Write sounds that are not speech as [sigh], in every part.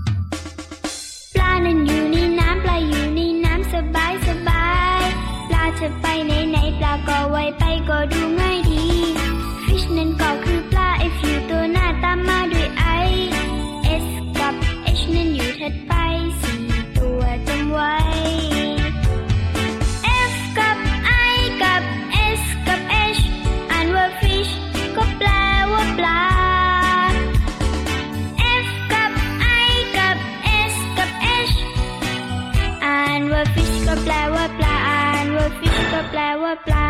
ปลานั้นอยู่ในน้ำปลาอยู่ในน้ำสบายสบายปลาจะไปไหนไหนปลาก็ไวไปก็ดูง่ายดี fish นั้นก็คือปลา f u ตัวหน้าตามมาด้วย i s กับ h นั้นอยู่ถัดไปสี่ตัวจำไว้ f กับ i กับ s กับ h อ่านว่า fish ก็แปลว่าปลา F กับ I กับ S กับ H อ่านว่า fish ก็แปลว่าปลา อ่านว่า fish ก็แปลว่าปลา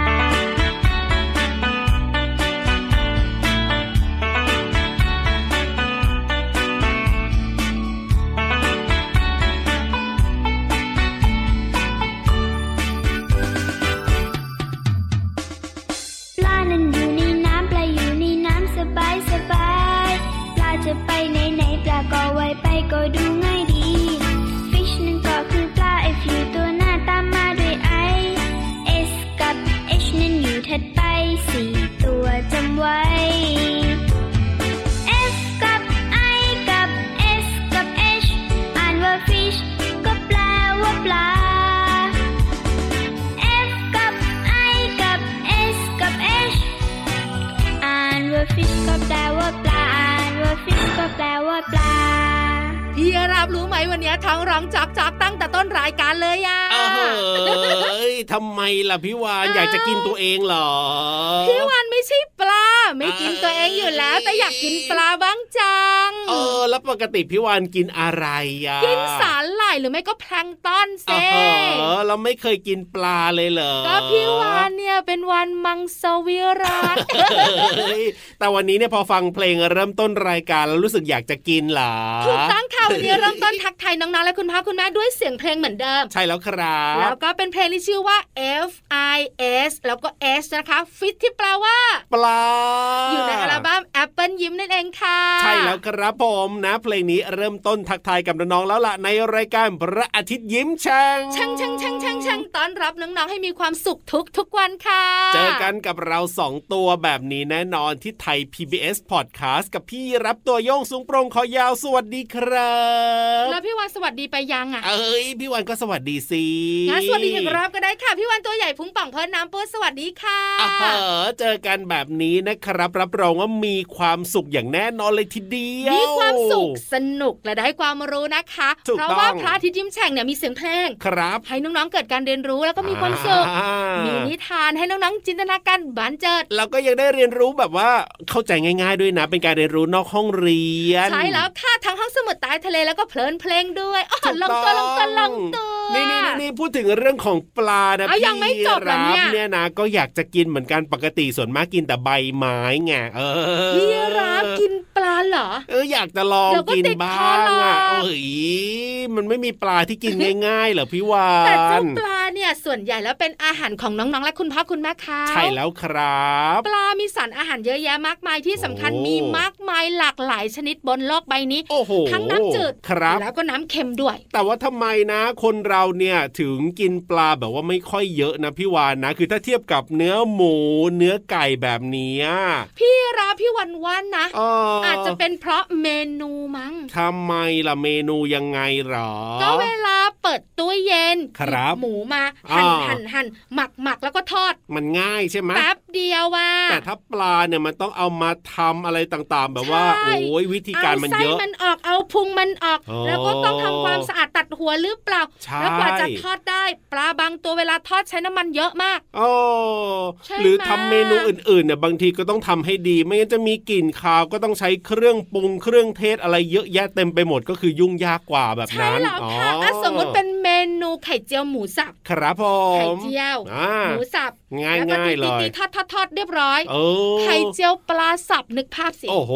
ปลานั้นอยู่ในน้ำปลาอยู่ในน้ำสบายสบายปลาจะไปไหนไหนปลาก็ไวไปก็ดูง่ายดี fish นั้นก็คือปลา f u ตัวหน้าตามมาด้วย i s กับ h นั้นอยู่ถัดไปสี่ตัวจำไว้ F กับ I กับ S กับ H อ่านว่า fish ก็แปลว่าปลา F กับ I กับ S กับ H อ่านว่า fish ก็แปลว่าปลา อ่านว่า fish ก็แปลว่าปลา พี่รับรู้ไหมวันเนี้ยท้องร้องจอกจอกตั้งแต่ต้นรายการเลยอ่ะ เอ้าเหยทำไมล่ะพี่วาน เอ้า อยากจะกินตัวเองเหรอ พี่วันไม่ใช่ปลา ไม่กินตัวเองอยู่แล้ว แต่อยากกินปลาบ้างจัง เออ แล้วปกติพี่วานกินอะไรอ่ะ กินสาหร่ายหรือไม่ก็แพลงก์ต้อนเซ เออเราไม่เคยกินปลาเลยเหรอ ก็พี่วานเนี่ยเป็นวันมังสวิรัต เฮ้ยแต่วันนี้เนี่ยพอฟังเพลงเริ่มต้นรายการแล้วรู้สึกอยากจะกินเหรอ ถูกต้องค่ะวันนี้เริ่มต้นทักทายน้องๆและคุณพ่อคุณแม่ด้วยเสียงเพลงเหมือนเดิม ใช่แล้วครั แล้ บ วก็เป็นเพลงที่ชื่อว่า F I S แล้วก็ S นะคะ ฟิตที่แปลว่า ปลา อยู่ในอัลบั้ม Apple ยิ้มนั่นเองค่ะ ใช่แล้วครับผมนะ เพลงนี้เริ่มต้นทักทายกับน้องๆแล้วล่ะในรายการพระอาทิตย์ยิ้มแฉ่ง ช่างช่างช่างช่างช่างต้อนรับน้องๆให้มีความสุขทุกทุกๆวันค่ะ เจอกันกับเราสองตัวแบบนี้แน่นอนที่ไทย PBS Podcast กับพี่รับตัวโยงสูงโปรงคอยาวสวัสดีครั แล้ บ วพี่วันสวัสดีไปยังอ่ะ เอ้ยพี่วันก็สวัสดีสิ งั้นสวัสดีอีกรอบก็ได้ค่ะ พี่วันตัวใหญ่พุงป่องเพลินน้ำปูสวัสดีค่ะ อ่าฮะเจอกันแบบนี้นะครับ รับรองว่ามีความสุขอย่างแน่นอนเลยทีเดียว มีความสุขสนุกและได้ความรู้นะคะ ถูก เพราะ ต้อง ว่าพระอาทิตย์ยิ้มแฉ่งเนี่ยมีเสียงเพลง ครับ ให้น้องๆเกิดการเรียนรู้แล้วก็มีความสุข อ่า มีนิทานให้น้องๆจินตนาการบันเจิด เราก็ยังได้เรียนรู้แบบว่าเข้าใจง่าย ๆ ด้วยนะ เป็นการเรียนรู้นอกห้องเรียน ใช่แล้วค่ะทั้งห้องสมุดใต้ทะเลแล้วก็เพลินเพลงด้วยอ๋อ ถูก ลง ต้ ตัวลงตัวลงตัว นี่นี่นี่พูดถึงเรื่องของปลานะ เอา พี่ ยังไม่จบเหรอ รั เนี่ย เนี่ยนะ ก็อยากจะกินเหมือนกันปกติส่วนมากกินแต่ใบไม้ไงเออ พี่รับกินปลาเหรอ เอออยากจะลอง เดี๋ยวก็ กิน ติด บ้า คองหรอก อ่ะเอ้ยมันไม่มีปลาที่กินง่ายๆเหรอพี่วา แต่เจ้าน ปลาเนี่ยส่วนใหญ่แล้วเป็นอาหารของน้องๆและคุณพ่อคุณแม่ค่ะ ใช่แล้วครับ ปลา มีสารอาหารเยอะแยะมากมายที่สำคัญ โอ้ มีมากมายหลากหลายชนิดบนโลกใบนี้ โอ้โห ทั้งน้ำจืด ครับ แล้วก็น้ำเค็มด้วย แต่ว่าทำไมนะ คนเราเนี่ยถึงกินปลาแบบว่าไม่ค่อยเยอะนะพี่วานนะ คือถ้าเทียบกับเนื้อหมูเนื้อไก่แบบเนี้ย พี่ราพี่วันวันนะ เอ่อ อาจจะเป็นเพราะเมนูมั้ง ทำไมล่ะเมนูยังไงหรอ ก็เวลาเปิดตู้เย็น ครับ หยิหมูมาหั่น อ่า หั่นหั่นหมักหมักแล้วก็ทอด มันง่ายใช่ไหม แป๊บเดียวว่า แต่ถ้าปลาเนี่ยมันต้องเอามาทำอะไรต่างๆ แบบว่า ใช่ โอ้ยวิธีการมัน ไส้ เยอะ มันออกเอาพุงมันออก โอ้ แล้วก็ต้องทำความสะอาดตัดหัวหรือเปล่า ใช่ แล้วกว่าจะทอดได้ปลาบางตัวเวลาทอดใช้น้ำมันเยอะมาก โอ้ ใช่ไหม หรือทำเมนูอื่นๆเนี่ยบางทีก็ต้องทำให้ดี ไม่งั้นจะมีกลิ่นคาวก็ต้องใช้เครื่องปรุงเครื่องเทศอะไรเยอะแยะเต็มไปหมดก็คือยุ่งยากกว่าแบบ ใช่ นั้น แล้ว อ๋อ ค่ะะสมมติเป็นเมน นูไข่เจียวหมูสับ ครับผ ไข่ ม เจียว อ่า หมูสับ ง่ายๆ แวก็ตี เลย ตีทอดทอดทอดๆๆเรียบร้อย เออ ไข่เจียวปลาสับนึกภาพสิ โอ้โห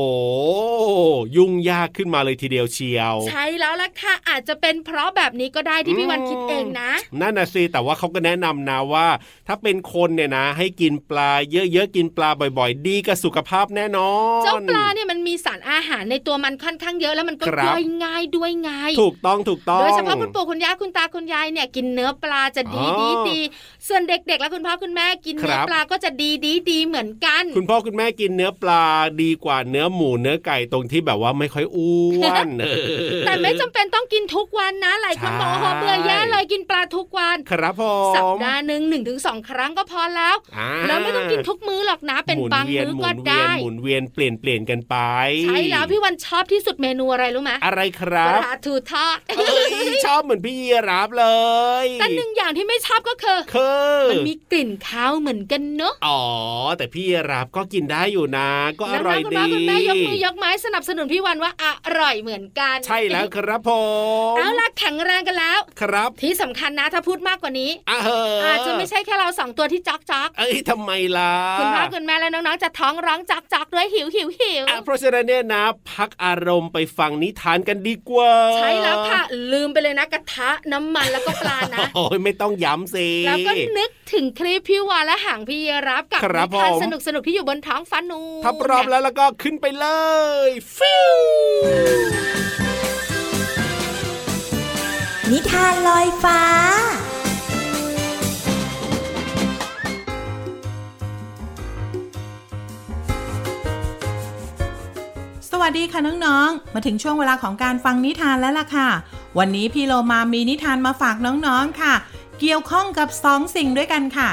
ยุ่งยากขึ้นมาเลยทีเดียวเชียว ใช่แล้วล่ะค่ะ อาจจะเป็นเพราะแบบนี้ก็ได้ที่พี่วันคิดเองนะ นั่นนะสิแต่ว่าเขาก็แนะนำนะว่า ถ้าเป็นคนเนี่ยนะ ให้กินปลาเยอะๆกินปลาบ่อยๆ ดีกับสุขภาพแน่นอน เจ้าปลาเนี่ยมันมีสารอาหารในตัวมันค่อนข้างเยอะแล้วมันก็ ครับ ย่อยง่ายด้วยไง ถูกต้องถูกต้อง โดยเฉพาะคุณปู่คุณย่าคุณตาคุณยายเนี่ยกินเนื้อปลาจะดี อ๋ ดี อ ดีส่วนเด็กๆ และคุณพ่อคุณแม่กิน คเนื้รัอบ ปลาก็จะดีดีดีเหมือนกัน คุณพ่อคุณแม่กินเนื้อปลาดีกว่าเนื้อหมูเนื้อไก่ตรงที่แบบว่าไม่ค่อยอ้ [laughs] วนเออ แต่ไม่จำเป็นต้องกินทุกวันนะหลายคน ใช่ บอกว่าโอ้โหเบื่อแย่เลยกินปลาทุกวัน ครับผ สัป ม ดาห์หนึ่งหนึ่งถึงสองครั้งก็พอแล้ว อ่า แล้วไม่ต้องกินทุกมื้อหรอกนะเป็น หมุ บาง วีย มื้อ ห ก็ มุนเวียน ได้ หมุนเวียนเปลี่ยนเปลี่ยนกันไป ใช่แล้วพี่วันชอบที่สุดเมนูอะไรรู้ไหม อะไรครับ ปลาทูทอด เอ้ยชอบเหมือนพี่ยีรับเลย แต่หนึ่งอย่างที่ไม่ชอบก็คือ คือ มันมีกลิ่นคาวเหมือนกันเนอะ อ๋อ แต่พี่รับก็กินได้อยู่นะ ก็อร่อยดี แล้วนะคุณพ่อคุณแม่ยกมือยกไม้สนับสนุนพี่วันว่าอร่อยเหมือนกัน ใช่แล้วครับผม เอาล่ะแข็งแรงกันแล้ว ครับ ที่สำคัญนะถ้าพูดมากกว่านี้ อ่ะเหอะ อาจจะไม่ใช่แค่เราสองตัวที่จอกจอก เอ้ยทำไมล่ะ คุณพ่อคุณแม่และน้องๆจะท้องร้องจอกจอกด้วยหิวหิวหิว อ่ะเพราะฉะนั้นเนี่ยนะ พักอารมณ์ไปฟังนิทานกันดีกว่า ใช่แล้วค่ะ ลืมไปเลยนะกระทะน้ำมันแล้วก็ปลานะ โอ้ยไม่ต้องย้ำสิ แล้วก็นึกถึงคลิปพี่วานและหางพี่รับกับ ครับ นิทาน ผม สนุกสนุกๆที่อยู่บนท้องฟ้านูน ถ้าพร้อมแล้วแล้วก็ขึ้นไปเลยฟิว นิทานลอยฟ้า สวัสดีค่ะน้องๆ มาถึงช่วงเวลาของการฟังนิทานแล้วล่ะค่ะ วันนี้พี่โลมามีนิทานมาฝากน้องๆ ค่ะ เกี่ยวข้องกับสองสิ่งด้วยกันค่ะ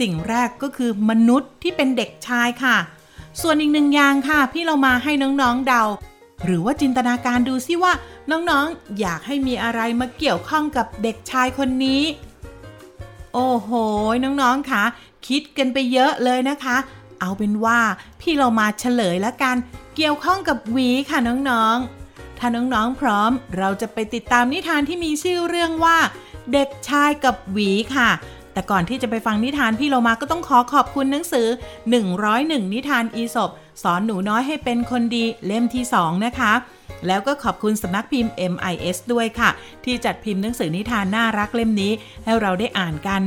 สิ่งแรกก็คือมนุษย์ที่เป็นเด็กชายค่ะ ส่วนอีกหนึ่งอย่างค่ะ พี่โลมาให้น้องๆ เดา หรือว่าจินตนาการดูซิว่าน้องๆ อยากให้มีอะไรมาเกี่ยวข้องกับเด็กชายคนนี้ โอ้โห น้องๆ คะคิดกันไปเยอะเลยนะคะ เอาเป็นว่าพี่เรามาเฉลยละกัน เกี่ยวข้องกับหวีค่ะน้องๆ ถ้าน้องๆ พร้อม เราจะไปติดตามนิทานที่มีชื่อเรื่องว่า เด็กชายกับหวีค่ะ แต่ก่อนที่จะไปฟังนิทานพี่เรามาก็ต้องขอขอบคุณหนังสือ 101 นิทานอีสบสอนหนูน้อยให้เป็นคนดีเล่มที่ 2 นะคะ แล้วก็ขอบคุณสำนักพิมพ์ MIS ด้วยค่ะ ที่จัดพิมพ์หนังสือนิทานน่ารักเล่มนี้ ให้เราได้อ่านกัน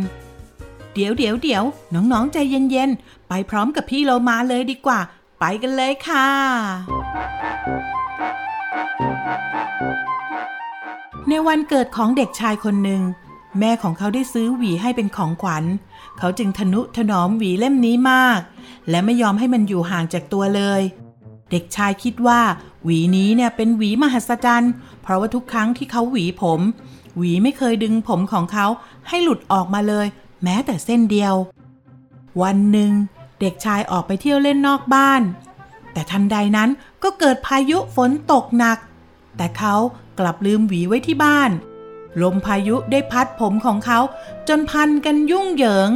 เดี๋ยวเดี๋ยวเดี๋ยวน้องๆ ใจเย็นๆ ไปพร้อมกับพี่โลมาเลยดีกว่า ไปกันเลยค่ะ ในวันเกิดของเด็กชายคนหนึ่ง แม่ของเขาได้ซื้อหวีให้เป็นของขวัญ เขาจึงทนุถนอมหวีเล่มนี้มาก และไม่ยอมให้มันอยู่ห่างจากตัวเลย เด็กชายคิดว่าหวีนี้เนี่ยเป็นหวีมหัศจรรย์ เพราะว่าทุกครั้งที่เขาหวีผม หวีไม่เคยดึงผมของเขาให้หลุดออกมาเลย แม้แต่เส้นเดียว วันหนึ่ง เด็กชายออกไปเที่ยวเล่นนอกบ้าน แต่ทันใดนั้นก็เกิดพายุฝนตกหนัก แต่เขากลับลืมหวีไว้ที่บ้าน ลมพายุได้พัดผมของเขาจนพันกันยุ่งเหยิง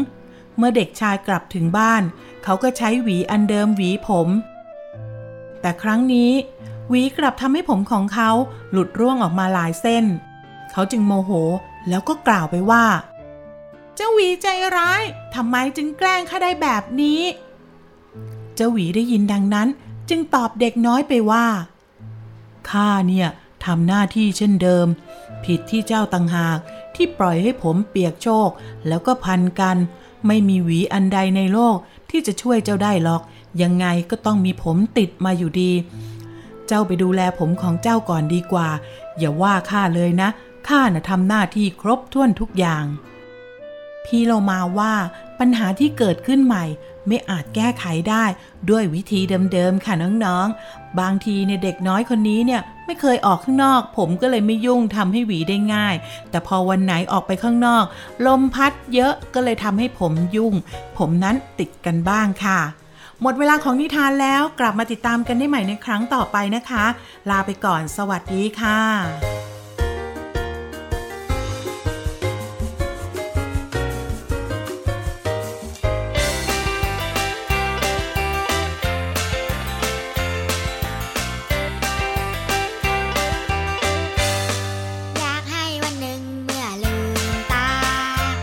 เมื่อเด็กชายกลับถึงบ้าน เขาก็ใช้หวีอันเดิมหวีผม แต่ครั้งนี้หวีกลับทำให้ผมของเขาหลุดร่วงออกมาหลายเส้น เขาจึงโมโหแล้วก็กล่าวไปว่า เจ้าหวีใจร้ายทำไมจึงแกล้งข้าได้แบบนี้ เจ้าหวีได้ยินดังนั้น จึงตอบเด็กน้อยไปว่าข้าเนี่ยทำหน้าที่เช่นเดิม ผิดที่เจ้าต่างหากที่ปล่อยให้ผมเปียกโชก แล้วก็พันกัน ไม่มีหวีอันใดในโลกที่จะช่วยเจ้าได้หรอก ยังไงก็ต้องมีผมติดมาอยู่ดี เจ้าไปดูแลผมของเจ้าก่อนดีกว่า อย่าว่าข้าเลยนะข้าน่ะทำหน้าที่ครบถ้วนทุกอย่าง พี่เรามาว่าปัญหาที่เกิดขึ้นใหม่ ไม่อาจแก้ไขได้ด้วยวิธีเดิมๆค่ะน้องๆ บางทีเนี่ยเด็กน้อยคนนี้เนี่ยไม่เคยออกข้างนอก ผมก็เลยไม่ยุ่งทำให้หวีได้ง่าย แต่พอวันไหนออกไปข้างนอก ลมพัดเยอะก็เลยทำให้ผมยุ่ง ผมนั้นติดกันบ้างค่ะ หมดเวลาของนิทานแล้วกลับมาติดตามกันได้ใหม่ในครั้งต่อไปนะคะ ลาไปก่อนสวัสดีค่ะ อยากให้วันหนึ่งเมื่อลืม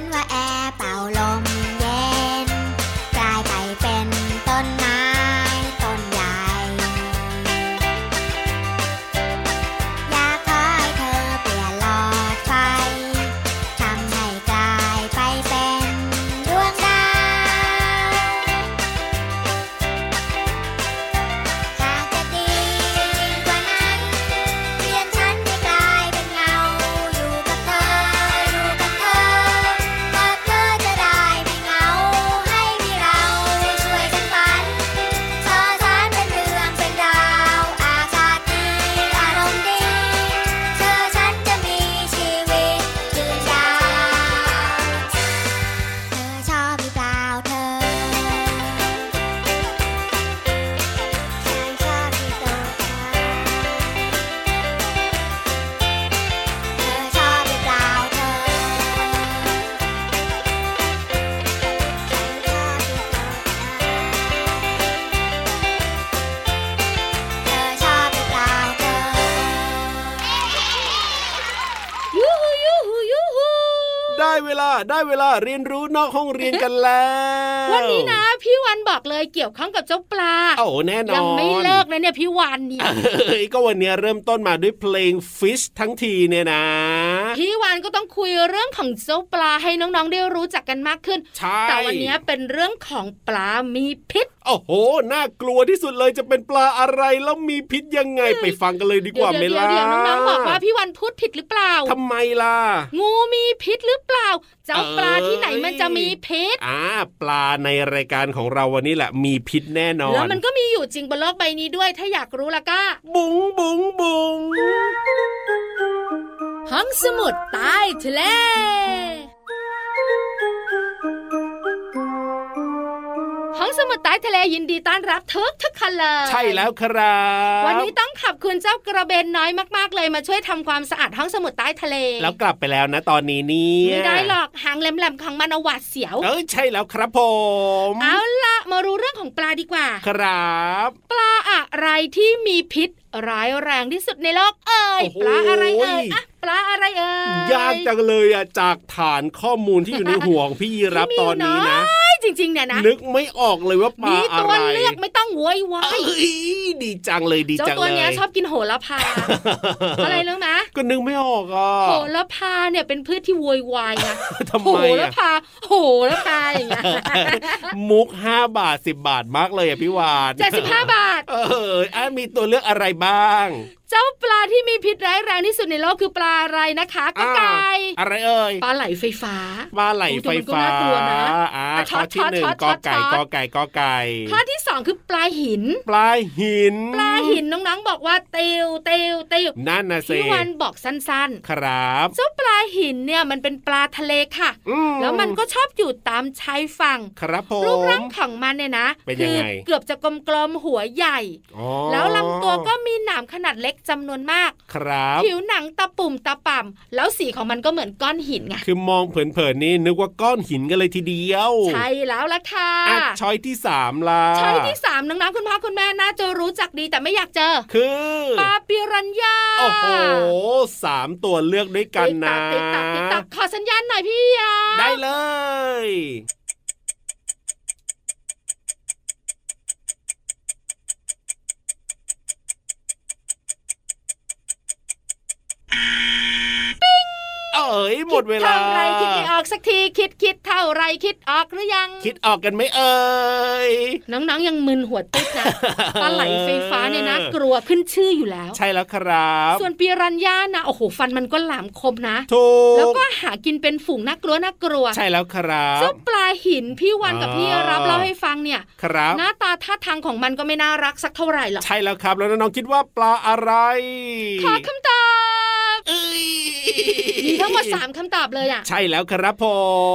นว่าแอร์เป่าลมเย็น กลายไปเป็นต้นไม้ต้นใหญ่ อยากขอให้เธอเปลี่ยนหลอดไฟ ทำให้กลายไปเป็นดวงดาว หากจะดีกว่านั้น เรียนฉันให้กลายเป็นเงา อยู่กับเธอ อยู่กับเธอก็เธอจะได้ไม่เหงา ให้มีเราช่วยกันฝัน สอสานเป็นเรื่องเป็นราว อากาศดีอารมณ์ดี เธอฉันจะมีชีวิตยืนยาว เธอชอบหรือเปล่าเธอ ฉันชอบที่ตัวเธอ เธอชอบหรือเปล่าเธอ ฉันชอบที่ตัวเธอ เธอชอบหรือเปล่าเธอ ยูฮูยูฮูยูฮู ได้เวลาได้เวลาเรียนรู้นอกห้องเรียนกันแล้ว วันนี้นะ พี่วันบอกเลยเกี่ยวข้องกับเจ้าปลา โอ้าแน่นอน ยังไม่เลิกนะเนี่ยพี่วันเนี่ย เอ้ยก็วันเนี้ยเริ่มต้นมาด้วยเพลง Fish ทั้งทีเนี่ยนะ พี่วานก็ต้องคุยเรื่องของเจ้าปลาให้น้องๆ ได้รู้จักกันมากขึ้น ใช่ แต่วันนี้เป็นเรื่องของปลา มีพิษ โอ้โห น่ากลัวที่สุดเลยจะเป็นปลาอะไรแล้วมีพิษยังไงไปฟังกันเลยดีก เดี๋ย ว่าว ไหม เดี๋ยว ล่ะ เดี๋ยวน้องๆ บอกว่าพี่วันพูดผิดหรือเปล่า ทำไมล่ะ งูมีพิษหรือเปล่า เจ้าปลาที่ไหนมันจะมีพิษ อ่าปลาในรายการของเราวันนี้แหละมีพิษแน่นอน แล้วมันก็มีอยู่จริงบนโลกใบนี้ด้วย ถ้าอยากรู้ละก็ บุ๋งบุ๋งบุ๋ง ห้องสมุดใต้ทะเล ห้องสมุดใต้ทะเลยินดีต้อนรับทุกทุกๆคนเลย ใช่แล้วครับ วันนี้ต้องขอบคุณเจ้ากระเบนน้อยมาก ๆ เลยมาช่วยทำความสะอาดห้องสมุดใต้ทะเล แล้วกลับไปแล้วนะตอนนี้เนี่ย ไม่ได้หรอกหางแหลมๆของมันเอาหวัดเสียว เออใช่แล้วครับผม เอาละมารู้เรื่องของปลาดีกว่า ครับ ปลาอะไรที่มีพิษร้ายแรงที่สุดในโลกเอ่ย โอ้โห ปลาอะไรเอ่ยอะปลาอะไรเอ่ย ยากจังเลยอ่ะจากฐานข้อมูลที่อยู่ในห่วของพี่ยีรับตอนนี้นะ เอ้ยจริง ๆ เนี่ยนะ นึกไม่ออกเลยว่าป มี ลาอะ ตัว ไร เลือกไม่ต้องโวยวาย เอ้ยดีจังเลยดี เจ้า จัง ตัว เล เนี้ย ย ชอบกินโหระพา อะไรรู้ไหม ก็นึกไม่ออกอ่ะ โหระพาเนี่ยเป็นพืชที่โวยวายนะ ทำไม โหระ อ่ะ พาโหระพาอย่างเงี้ย มุก 5 บาท 10 บาทมากเลยอ่ะพี่วาน เจ็ดสิบห้าบาท เอออ่ะมีตัวเลือกอะไรบ้าง เจ้าปลาที่มีพิษร้ายแรงที่สุดในโลกคือปลาอะไรนะคะก็ไก่ อ่ะอะไรเอ่ย ปลาไหลไฟฟ้า ปลาไหลไฟดูมันก็ฟ้าน่ากลัวนะ อ่า แต่ช็ ข้ อ อ ต ที่หนึ่ ช็ ง อต ก ช็ อ อต ไก่ ช็อต กอไก่กอไก่ ข้อที่สองคือปลาหิน ปลาหิน ปลาหินน้องๆบอกว่าเตียวเตียวเตียว นั่นนะสิ พี่วันบอกสั้น ครับ ๆ เจ้าปลาหินเนี่ยมันเป็นปลาทะเลค่ะ อื แล้วมันก็ชอบอยู่ตามชายฝั่ง ครับผ รูปร่าม งของมันเนี่ยนะ เป็นยั คื งไง เกือบจะกลมๆหัวใหญ่ อ๋อ แล้วลำตัวก็มีหนามขนาดเล็กจำนวนมาก ครับ ผิวหนังตะปุ่มตะป่ำแล้วสีของมันก็เหมือนก้อนหินไง คือมองเผินๆนี่นึกว่าก้อนหินกันเลยทีเดียว ใช่แล้วล่ะค่ะ อ่ะช้อยที่สามล่ะ ช้อยที่สามน้องๆคุณพ่อคุณแม่น่าจะรู้จักดีแต่ไม่อยากเจอ คือ ปลาปิรันยา โอ้โหสามตัวเลือกด้วยกันนะ ติ๊กตักติ๊กตักขอสัญญาณหน่อยพี่ยา ได้เลย เอ๋ยหมดเวลา คิดเท่าไรคิดไม่ออกสักทีคิดคิดเท่าไรคิดออกหรือยัง คิดออกกันไหมเอ่ย น้องๆยังมึนหัวติ๊ก [laughs] นะ ปลาไหลไฟฟ้าเนี่ยนะ กลัวขึ้นชื่ออยู่แล้ว ใช่แล้วครับ ส่วนปีรัญญานะโอ้โหฟันมันก็หลามคมนะ ถูก แล้วก็หากินเป็นฝูงน่ากลัวน่ากลัว ใช่แล้วครับ เจ้าปลาหินพี่วันกับ อ๋อ พี่รับเล่าให้ฟังเนี่ย ครับ หน้าตาท่าทางของมันก็ไม่น่ารักสักเท่าไหร่หรอก ใช่แล้วครับ แล้วน้องๆคิดว่าปลาอะไร ขอคำตอบ เอ้ย มีทั้งหมดสามคำตอบเลยอ่ะ ใช่แล้วครับผ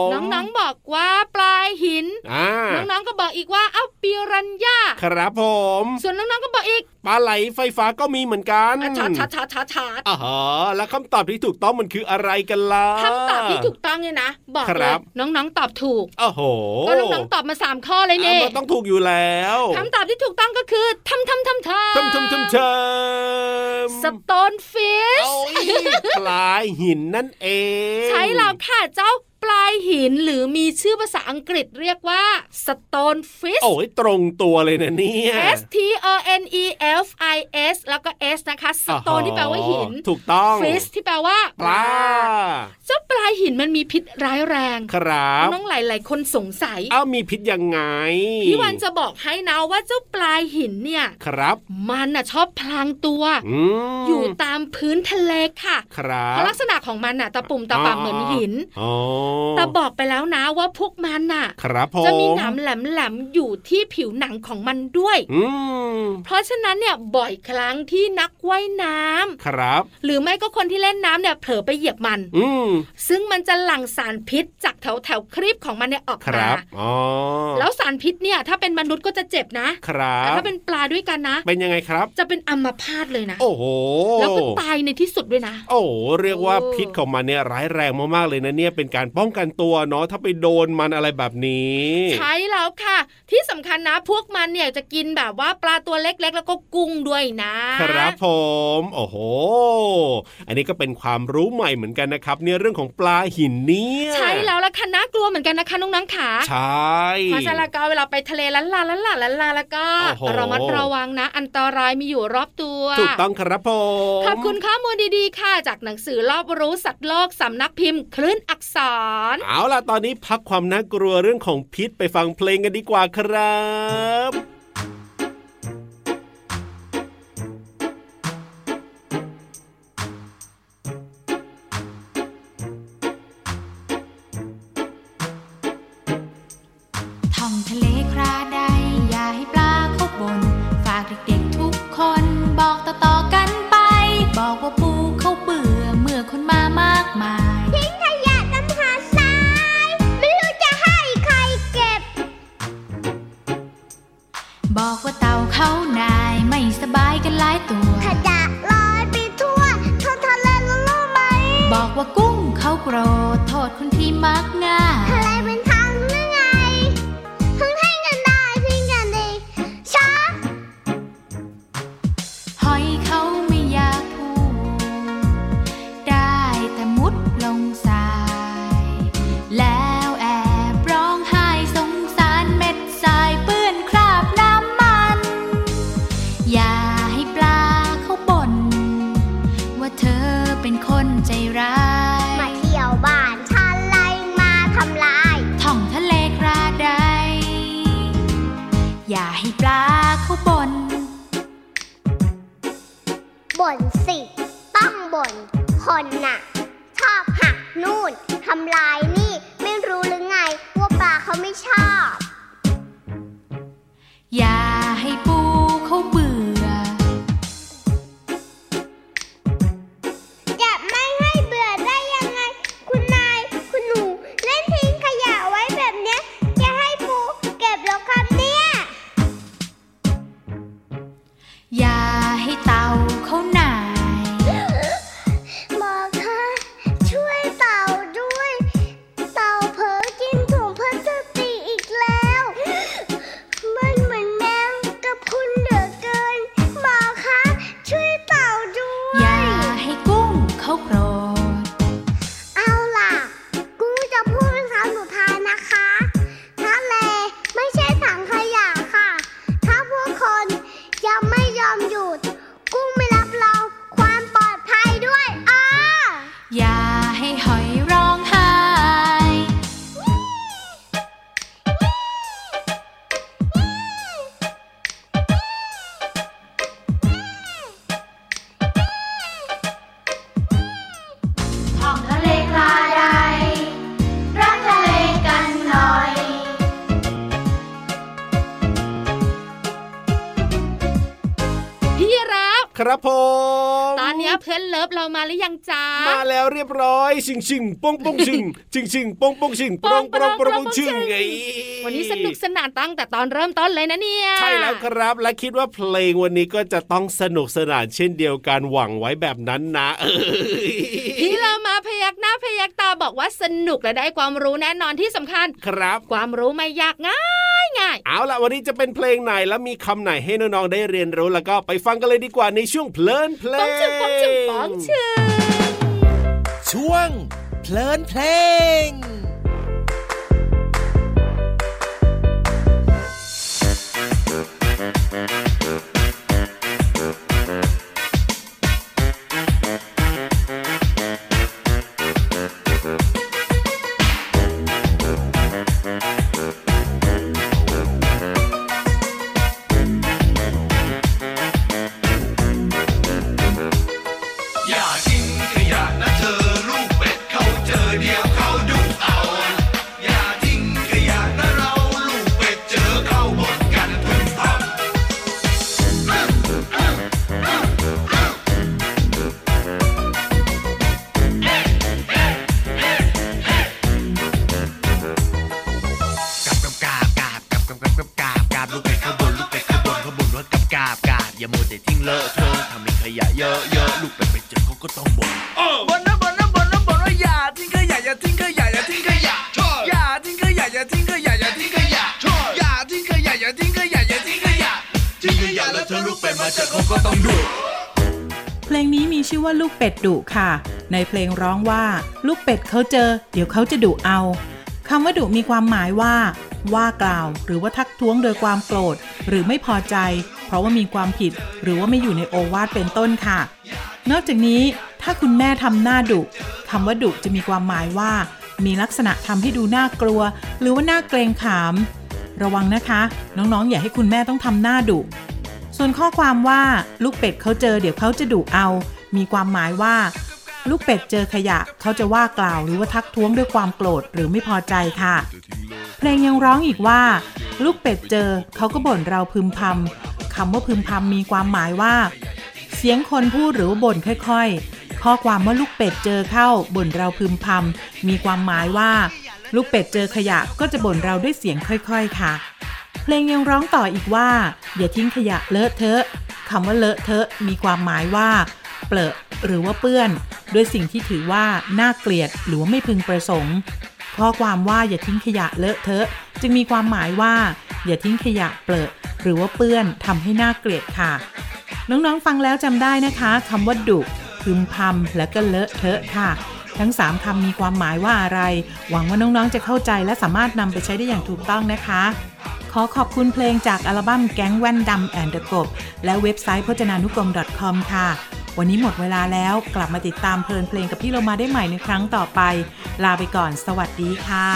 ม น้องๆบอกว่าปลาหิน อ่า น้องๆก็บอกอีกว่าเอ้าปีรัญญา ครับผม ส่วนน้องๆก็บอกอีก ปลาไหลไฟฟ้าก็มีเหมือนกัน อ่ะชาร์จชาร์จชาร์จชาร์จชาร์จ อ่าฮะแล้วคำตอบที่ถูกต้องมันคืออะไรกันล่ะ คำตอบที่ถูกต้องเนี่ยนะบอก ค เล รั ย บ น้องๆตอบถูก โอ้โห ก็น้องๆตอบมาสามข้อเลย อ่ะ เนี่ย มันต้องถูกอยู่แล้ว คำตอบที่ถูกต้องก็คือทำทำทำทำ ทำทำทำทำ สโตนฟิช โอ้ยปลาหินนั่นเอง ใช่แล้วค่ะเจ้าปลาย หินหรือมีชื่อภาษาอังกฤษเรียกว่า stone fish โอ้ยตรงตัวเลยนะเนี่ย S T O N E F I S แล้วก็ S นะคะ stone ที่แปลว่าหิน ถูกต้อง fish ที่แปลว่า ปลา เจ้าปลาหินมันมีพิษร้ายแรง ครับ น้องๆหลาย ๆ คนสงสัย เอ้ามีพิษยังไง พี่วันจะบอกให้นะว่าเจ้าปลาหินเนี่ย ครับ มันน่ะชอบพลางตัว อืม อยู่ตามพื้นทะเลค่ะ ครับ เพราะลักษณะของมันน่ะตะปุ่มตะปามเหมือนหิน อ๋อ แต่บอกไปแล้วนะว่าพวกมันน่ะ ครับผม จะมีหนามแหลมๆอยู่ที่ผิวหนังของมันด้วย อืม เพราะฉะนั้นเนี่ยบ่อยครั้งที่นักว่ายน้ำ ครับ หรือไม่ก็คนที่เล่นน้ำเนี่ยเผลอไปเหยียบมัน อืม ซึ่งมันจะหลั่งสารพิษจากแถวแถวๆครีบของมันเนี่ยออก ค มา รับอ๋อ แล้วสารพิษเนี่ยถ้าเป็นมนุษย์ก็จะเจ็บนะ ครับ แต่ถ้าเป็นปลาด้วยกันนะ เป็นยังไงครับ จะเป็นอัมพาตเลยนะ โอ้โห แล้วก็ตายในที่สุดด้วยนะ โอ้โหเรียกว่า โอ้ พิษของมันเนี่ยร้ายแรงมากๆเลยนะเนี่ยเป็นการป้องกันตัวเนาะถ้าไปโดนมันอะไรแบบนี้ ใช้แล้วค่ะ ที่สำคัญนะพวกมันเนี่ยจะกินแบบว่าปลาตัวเล็กๆ แล้วก็กุ้งด้วยนะ ครับผม โอ้โห อันนี้ก็เป็นความรู้ใหม่เหมือนกันนะครับ เนี่ยเรื่องของปลาหินเนี่ย ใช่แล้วล่ะค่ะน่ากลัวเหมือนกันนะคะน้องๆขา ใช่ เพราะฉะนั้นแล้วก็เวลาไปทะเลลันลาลันลาลันลาแล้วก็ โอ้โห ระมัดระวังนะ อันตรายมีอยู่รอบตัว ถูกต้องครับผม ขอบคุณข้อมูลดีๆ ค่ะ จากหนังสือรอบรู้สัตว์โลกสำนักพิมพ์ คลื่นอักษร เอาล่ะ ตอนนี้พักความน่ากลัวเรื่องของพิษไปฟังเพลงกันดีกว่าครับ ท่องทะเลคราใด อย่าให้ปลาเข้าบน ฝากเด็กๆทุกคนบอกต่อๆกันไป บอกว่าปูเขาเบื่อเมื่อคนมามากมาย ทิ้งขยะน้ำหาทราย ไม่รู้จะให้ใครเก็บ บอกว่าเต่าเขานายไม่สบายกันหลายตัว ขยะลอยไปทั่วท้องทะเลแล้วรู้ไหม บอกว่ากุ้งเขาโกรธโทษคนที่มักง่าย ทะเลเป็นทางหรือไงเพิ่งให้กันได้ทิ้งกันเองช้า หอยเขาไม่อยากพูด ได้แต่มุดลงทราย แล้วแอบร้องไห้สงสารเม็ดทรายเปื้อนคราบน้ำมัน อย่าให้ปลาเขาบ่น ว่าเธอเป็นคนใจร้าม าย เที่ยวบ้านฉันเลยมาทำลาย ท่องทะเลกระไดอย่าให้ปลาเขาบ่น บ่นสิ ต้องบ่น คนน่ะ ชอบหักนู่นทำลายนี่ ไม่รู้หรือไง ว่าปลาเขาไม่ชอบ อย่าให้ปูเขาเบื่อ จะไม่ให้เบื่อได้ยังไง คุณนาย คุณหนู เล่นทิ้งขยะไว้แบบเนี้ย จะให้ปูเก็บแล้วครับเนี่ย อย่าให้เต่าเขาหนาย บอกค่ะช่วยเต่าด้วย เต่าเผลอกินถุงพลาสติกอีกแล้ว มันเหมือนแมงกระพรุนเหลือเกินบอกค่ะช่วยเต่าด้ว อย่าย ให้กุ้งเขาโกรธ เอาล่ะ กูจะพูดเป็นคำสุดท้ายนะคะทะเลไม่ใช่ถังขยะค่ะ ถ้าพวกคนยังไม่ยอมหยุด กุ้งไม่รับรองความปลอดภัยด้วยอ้อ อย่าให้หอยร้องไห้ ท่องทะเลคลาใดรักทะเลกันหน่อย พี่รับ ครับผม ตอนเนี้ยเพื่อนเลิฟเรามาหรือยังจ๊ะ มาแล้วเรียบร้อยชิงชิงป้อง [laughs] ป้องชิง ชิงชิงป้องป้องชิงปรองปรองปรองชิงไง วันนี้สนุกสนานตั้งแต่ตอนเริ่มต้นเลยนะเนี่ย ใช่แล้วครับและคิดว่าเพลงวันนี้ก็จะต้องสนุกสนานเช่นเดียวกันหวังไว้แบบนั้นนะ [laughs] เออ พี่เรามาพยักหน้าพยักตาบอกว่าสนุกและได้ความรู้แน่นอนที่สำคัญ ครับ ความรู้ไม่ยากง่ายง่าย เอาล่ะวันนี้จะเป็นเพลงไหนแล้วมีคำไหนให้น้องๆได้เรียนรู้แล้วก็ไปฟังกันเลยดีกว่าในช่วงเพลินเพล ป้อง ง ชึงป้องชึงป้องชึง ช่วงเพลินเพลง อย่าทิ้งขยะนะเธอลูกเป็ดเขาเจอเดียวเขาดุเอา อย่าทิ้งขยะนะเราลูกเป็ดเจอเข้าบดกันพึ่งพับ กาบกาบกาบกาบกาบกาบกาบกาบกาบลูกเป็ดข้างบนลูกเป็ดข้างบนข้างบนว่ากาบกาบกาบอย่าโมวแต่ทิ้งเลอะเทอะทำให้ขยะเยอะเยอะลูกเป็ดไปเจอเขาก็ต้องบ่นบ่นนะบ่นนะบ่นนะบ่นว่าอย่าทิ้งขยะอย่าทิ้งขยะอย่าทิ้งขยะอย่าทิ้งขยะอย่าทิ้งขยะอย่าทิ้งขยะอย่าทิ้งขยะอย่าทิ้งขยะอย่าทิ้งขยะทิ้งขยะแล้วเธอลูกเป็ดมาเจอเขาก็ต้องดุ เพลงนี้มีชื่อว่าลูกเป็ดดุค่ะ ในเพลงร้องว่า ลูกเป็ดเขาเจอ เดี๋ยวเขาจะดุเอาคำว่าดุมีความหมายว่า ว่ากล่าว หรือว่าทักท้วงโดยความโกรธ หรือไม่พอใจ เพราะว่ามีความผิด หรือว่าไม่อยู่ในโอวาทเป็นต้นค่ะ นอกจากนี้ถ้าคุณแม่ทำหน้าดุคำว่าดุจะมีความหมายว่า มีลักษณะทำให้ดูน่ากลัว หรือว่าน่าเกรงขาม ระวังนะคะ น้องๆ อย่าให้คุณแม่ต้องทำหน้าดุ ส่วนข้อความว่าลูกเป็ดเขาเจอเดี๋ยวเขาจะดุเอา มีความหมายว่า ลูกเป็ดเจอขยะเขาจะว่ากล่าวหรือว่าทักท้วงด้วยความโกรธหรือไม่พอใจค่ะ เพลงยังร้องอีกว่า ลูกเป็ดเจอเขาก็บ่นเราพึมพำคำว่าพึมพำมีความหมายว่า เสียงคนพูดหรือว่าบ่นค่อยๆ ข้อความว่าลูกเป็ดเจอเข้าบ่นเราพึมพำมีความหมายว่า ลูกเป็ดเจอขยะก็จะบ่นเราด้วยเสียงค่อย ๆค่ะ เพลงยังร้องต่ออีกว่า อย่าทิ้งขยะเลอะเทอะคำว่าเลอะเทอะมีความหมายว่า เปลอะหรือว่าเปื้อน ด้วยสิ่งที่ถือว่าน่าเกลียดหรือว่าไม่พึงประสงค์ข้อความว่าอย่าทิ้งขยะเลอะเทอะจึงมีความหมายว่า อย่าทิ้งขยะเปลอะหรือว่าเปื้อนทำให้น่าเกลียดค่ะ น้องๆ ฟังแล้วจำได้นะคะคำว่าดุพึมพำและก็เลอะเทอะค่ะ ทั้ง 3คำมีความหมายว่าอะไร หวังว่าน้องๆ จะเข้าใจและสามารถนำไปใช้ได้อย่างถูกต้องนะคะ ขอขอบคุณเพลงจากอัลบั้มแก๊งแว่นดำแอนเดอะกบ และเว็บไซต์พจนานุกรม .com ค่ะ วันนี้หมดเวลาแล้วกลับมาติดตามเพลินเพลงกับพี่โลมาได้ใหม่ในครั้งต่อไป ลาไปก่อน สวัสดีค่ะ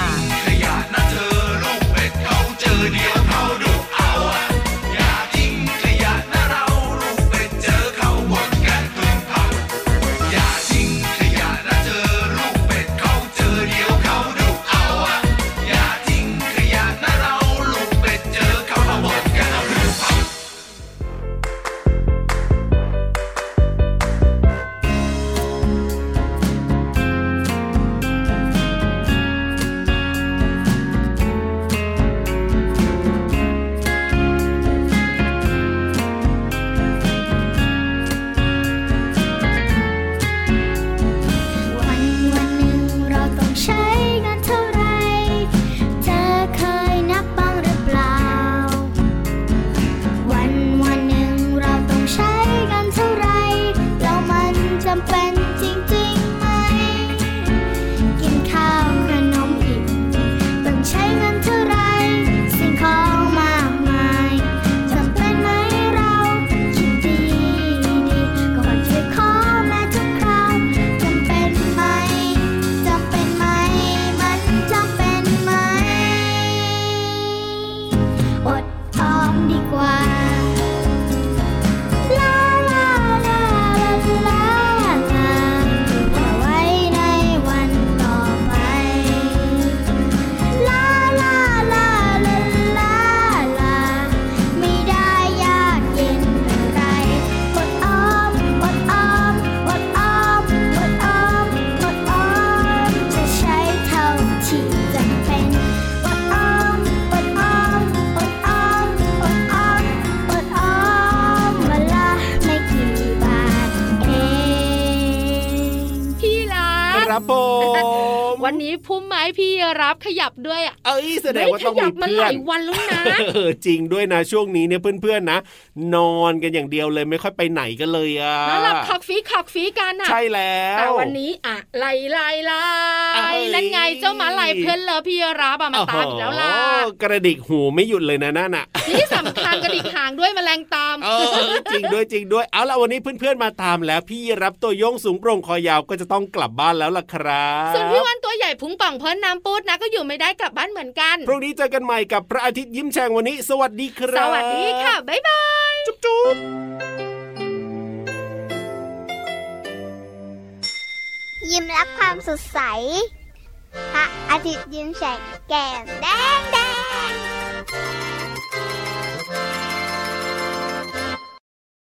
ขยะนะเธอลูกเป็ดเขาเจอเดียวเขาดุเอาอะอย่าทิ้งขยะนะเราลูกเป็ดเจอเขาบดกันพึงพับอย่าทิ้งขยะนะเธอลูกเป็ดเขาเจอเดียวเขาดุเอาอะอย่าทิ้งขยะนะเราลูกเป็ดเจอเขาบดกันพึงพับ วันวันหนึ่งเราต้องใช้เงินเท่าไร เธอเคยนับบ้างหรือเปล่า วันวันหนึ่งเราต้องใช้เงินเท่าไร แล้วมันจำเป็นจริงๆไหม กินข้าวขนมอิ่มต้องใช้เงินเท่าไร สิ่งของมากมายจำเป็นไหมเราคิดดีดีๆก่อนจะขอแม่ทุกคราวจำเป็นไหมจำเป็นไหม มันจำเป็นไหม อดออมดีกว่า ลาลาลาลาลาเอาไว้ในวันต่อไป ลาลาลาลาลาลา ไม่ได้ยากเย็นอะไรอดออมอดออมอดออมอดออมอดออมจะใช้เท่าที่จำเป็นอดออมอดออมอดออมอดออมอดออมวันละไม่กี่บาทเอง พี่รัก ครับผม วันนี้พุ่มไม้พี่รับขยับด้วยอ่ะ เอ้ยแสดง ไม่ ว่า ข ต้อง ยับมีมันหเพื่อ ลาน ยวันแล้วนะ [laughs] เออจริงด้วยนะช่วงนี้เนี่ยเพื่อนๆนะ นอนกันอย่างเดียวเลยไม่ค่อยไปไหนกันเลยอ่ะ แล้วหลับขักฟีขักฟีกันอ่ะ ใช่แล้ว แต่วันนี้อะไล่ไล่ไล่ เอ้ย ไล่ นั่นไงเจ้าหมาลายเพื่อนเลิฟพี่รับอะมาตามอีกแล้วล่ะ โอ้โหกระดิกหูไม่หยุดเลยนะ [laughs] นั่นน่ะ ที่สำคัญกระดิกหางด้วยแมลงตาม เออจริงด้วยจริงด้วยเอาละวันนี้เพื่อนๆมาตามแล้วพี่รับตัวโยงสูงโปร่งคอยาวก็จะต้องกลับบ้านแล้วล่ะครับ ส่วนพี่วันตัวใหญ่พุงป่องเพิ่นน้ำปูดนะก็อยู่ไม่ได้กลับบ้านเหมือนกัน พรุ่งนี้เจอกันใหม่กับพระอาทิตย์ยิ้มแฉ่งวันนี้ สวัสดีค ส รับ วัสดีค่ะ บ๊ายบาย จุ๊บจุ๊บ ยิ้มรับความสดใส พระอาทิตย์ยิ้มแฉกแก้มแดงแด